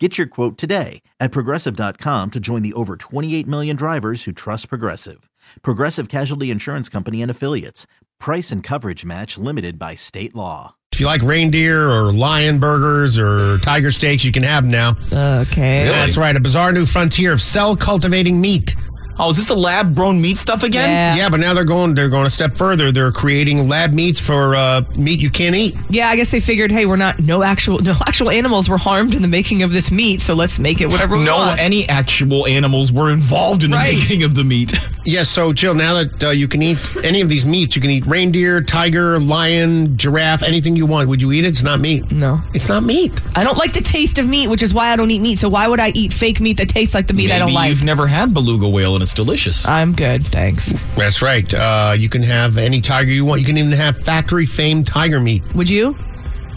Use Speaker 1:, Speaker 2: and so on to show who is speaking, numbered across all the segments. Speaker 1: Get your quote today at progressive.com to join the over 28 million drivers who trust Progressive. Progressive Casualty Insurance Company and Affiliates. Price and coverage match limited by state law.
Speaker 2: If you like reindeer or lion burgers or tiger steaks, you can have them now.
Speaker 3: Okay.
Speaker 2: That's right, a bizarre new frontier of cell cultivating meat.
Speaker 4: Oh, is this the lab grown meat stuff again?
Speaker 3: Yeah.
Speaker 2: Yeah, but now they're going they're going a step further. They're creating lab meats for uh, meat you can't eat.
Speaker 3: Yeah, I guess they figured, hey, we're not no actual no actual animals were harmed in the making of this meat, so let's make it whatever we
Speaker 4: No,
Speaker 3: want.
Speaker 4: any actual animals were involved in the
Speaker 3: Right.
Speaker 4: making of the meat.
Speaker 2: Yes, so Jill, now that uh, you can eat any of these meats, you can eat reindeer, tiger, lion, giraffe, anything you want. Would you eat it? It's not meat.
Speaker 3: No.
Speaker 2: It's not meat.
Speaker 3: I don't like the taste of meat, which is why I don't eat meat. So why would I eat fake meat that tastes like the meat I don't
Speaker 4: Maybe
Speaker 3: like? Uh,
Speaker 4: You've never had beluga whale and it's delicious.
Speaker 3: I'm good, thanks.
Speaker 2: That's right. Uh, you can have any tiger you want. You can even have factory famed tiger meat.
Speaker 3: Would you?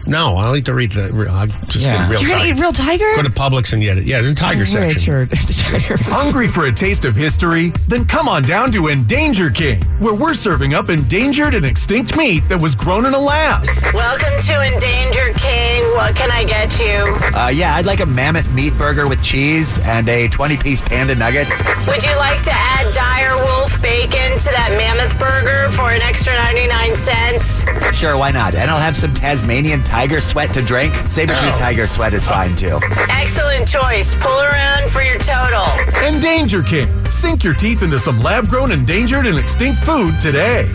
Speaker 2: No, I'll eat the re- the. I'm just
Speaker 4: Yeah.
Speaker 2: get a real
Speaker 3: You're gonna
Speaker 2: tiger.
Speaker 3: eat real tiger?
Speaker 2: Go to Publix and get it. Yeah, the tiger section.
Speaker 3: Richard.
Speaker 5: Hungry for a taste of history? Then come on down to Endanger King, where we're serving up endangered and extinct meat that was grown in a lab.
Speaker 6: Welcome to Endangered King. What can I get you?
Speaker 7: Uh, yeah, I'd like a mammoth meat burger with cheese and a 20 piece panda nuggets.
Speaker 6: Would you like to add dire wolf bacon to that mammoth burger for an extra 99 cents?
Speaker 7: Sure, why not? And I'll have some Tasmanian tiger sweat to drink. Saber tooth tiger sweat is fine too.
Speaker 6: Excellent choice. Pull around for your total.
Speaker 5: Endanger King. Sink your teeth into some lab grown, endangered, and extinct food today.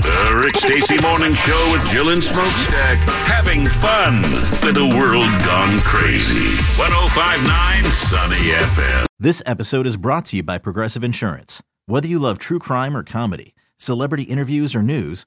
Speaker 8: The Rick Stacy Morning Show with Jill and Smokestack. Having fun with the world gone crazy. 1059 Sunny FM.
Speaker 1: This episode is brought to you by Progressive Insurance. Whether you love true crime or comedy, celebrity interviews or news,